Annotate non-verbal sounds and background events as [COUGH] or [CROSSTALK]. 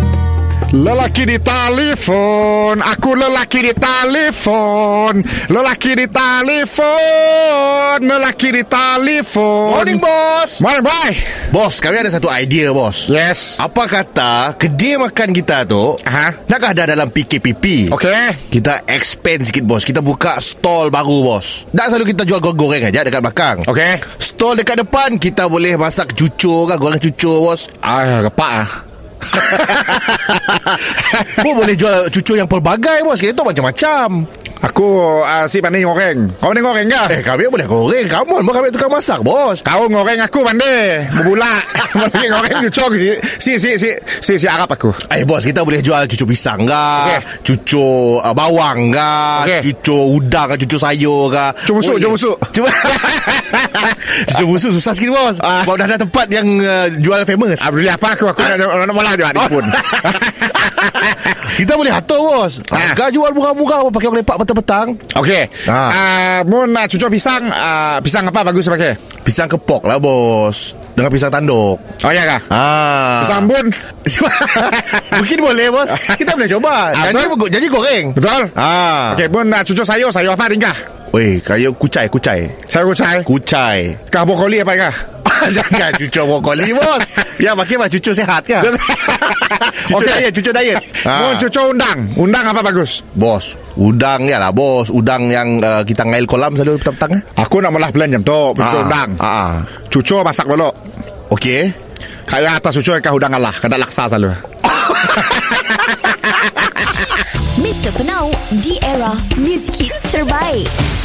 Lelaki di telefon Aku lelaki di telefon Lelaki di telefon Lelaki di telefon Morning bos Morning boy Bos kami ada satu idea bos Yes Apa kata kedai makan kita tu Aha. Nakkah dah dalam PKPP Okay Kita expand sikit bos Kita buka stall baru bos Tak selalu kita jual goreng-goreng aja dekat belakang Okay Stall dekat depan Kita boleh masak cucur kan Goreng cucur bos Ah, kepak [LAUGHS] ah. Bos boleh jual cucur yang pelbagai bos Kita tahu macam-macam Aku uh, si pandai goreng Kau pandai goreng ke? Eh kami boleh goreng Come on bos kami tukang masak bos Kau goreng aku pandai [LAUGHS] Berbulak Lelaki goreng cucuk Si si si Si si Arab aku Eh bos kita boleh jual cucur pisang ke Okey. Cucur uh, bawang ke Okey. Cucur udang ke Cucur sayur Oh, ke Cucur busuk, Boleh. cucur [LAUGHS] busuk. Cucur- Cucur busuk susah sikit bos Ah. Sebab dah ada tempat yang uh, jual famous Abdullah Ah, apa aku Aku nak nak malah dia Dia pun [LAUGHS] Kita boleh atur bos Ah. Harga jual murah-murah bos Pakai orang lepak petang-petang Okey. Ha. Ah, mun nak cucuk pisang, ah, pisang apa bagus pakai? Pisang kepok lah bos Dengan pisang tanduk Oh ya kah? Ah. Pisang bun. [LAUGHS] Mungkin boleh [LAUGHS] bos Kita boleh coba Apa? Janji, janji goreng Betul? Ah. Okey, mun nak cucuk sayur, sayur apa ringkah? Weh kayu kucai kucai Sayur kucai. Kucai Kah brokoli apa ringkah? [LAUGHS] Jangan cucur brokoli bos Ya makin mah cucur sehat [LAUGHS] kan [LAUGHS] Okey. Cucur diet Cucur diet Mun cucuk undang, undang apa bagus? Bos Udang ya lah bos Udang yang uh, kita ngail kolam selalu petang-petang eh? Aku nak malah belan jam tu, cucuk undang. ah. Cucuk masak dulu. Okey Kaya atas cucuk kah udang Allah, kena laksa selalu. Mr. Penau, di era music hit terbaik.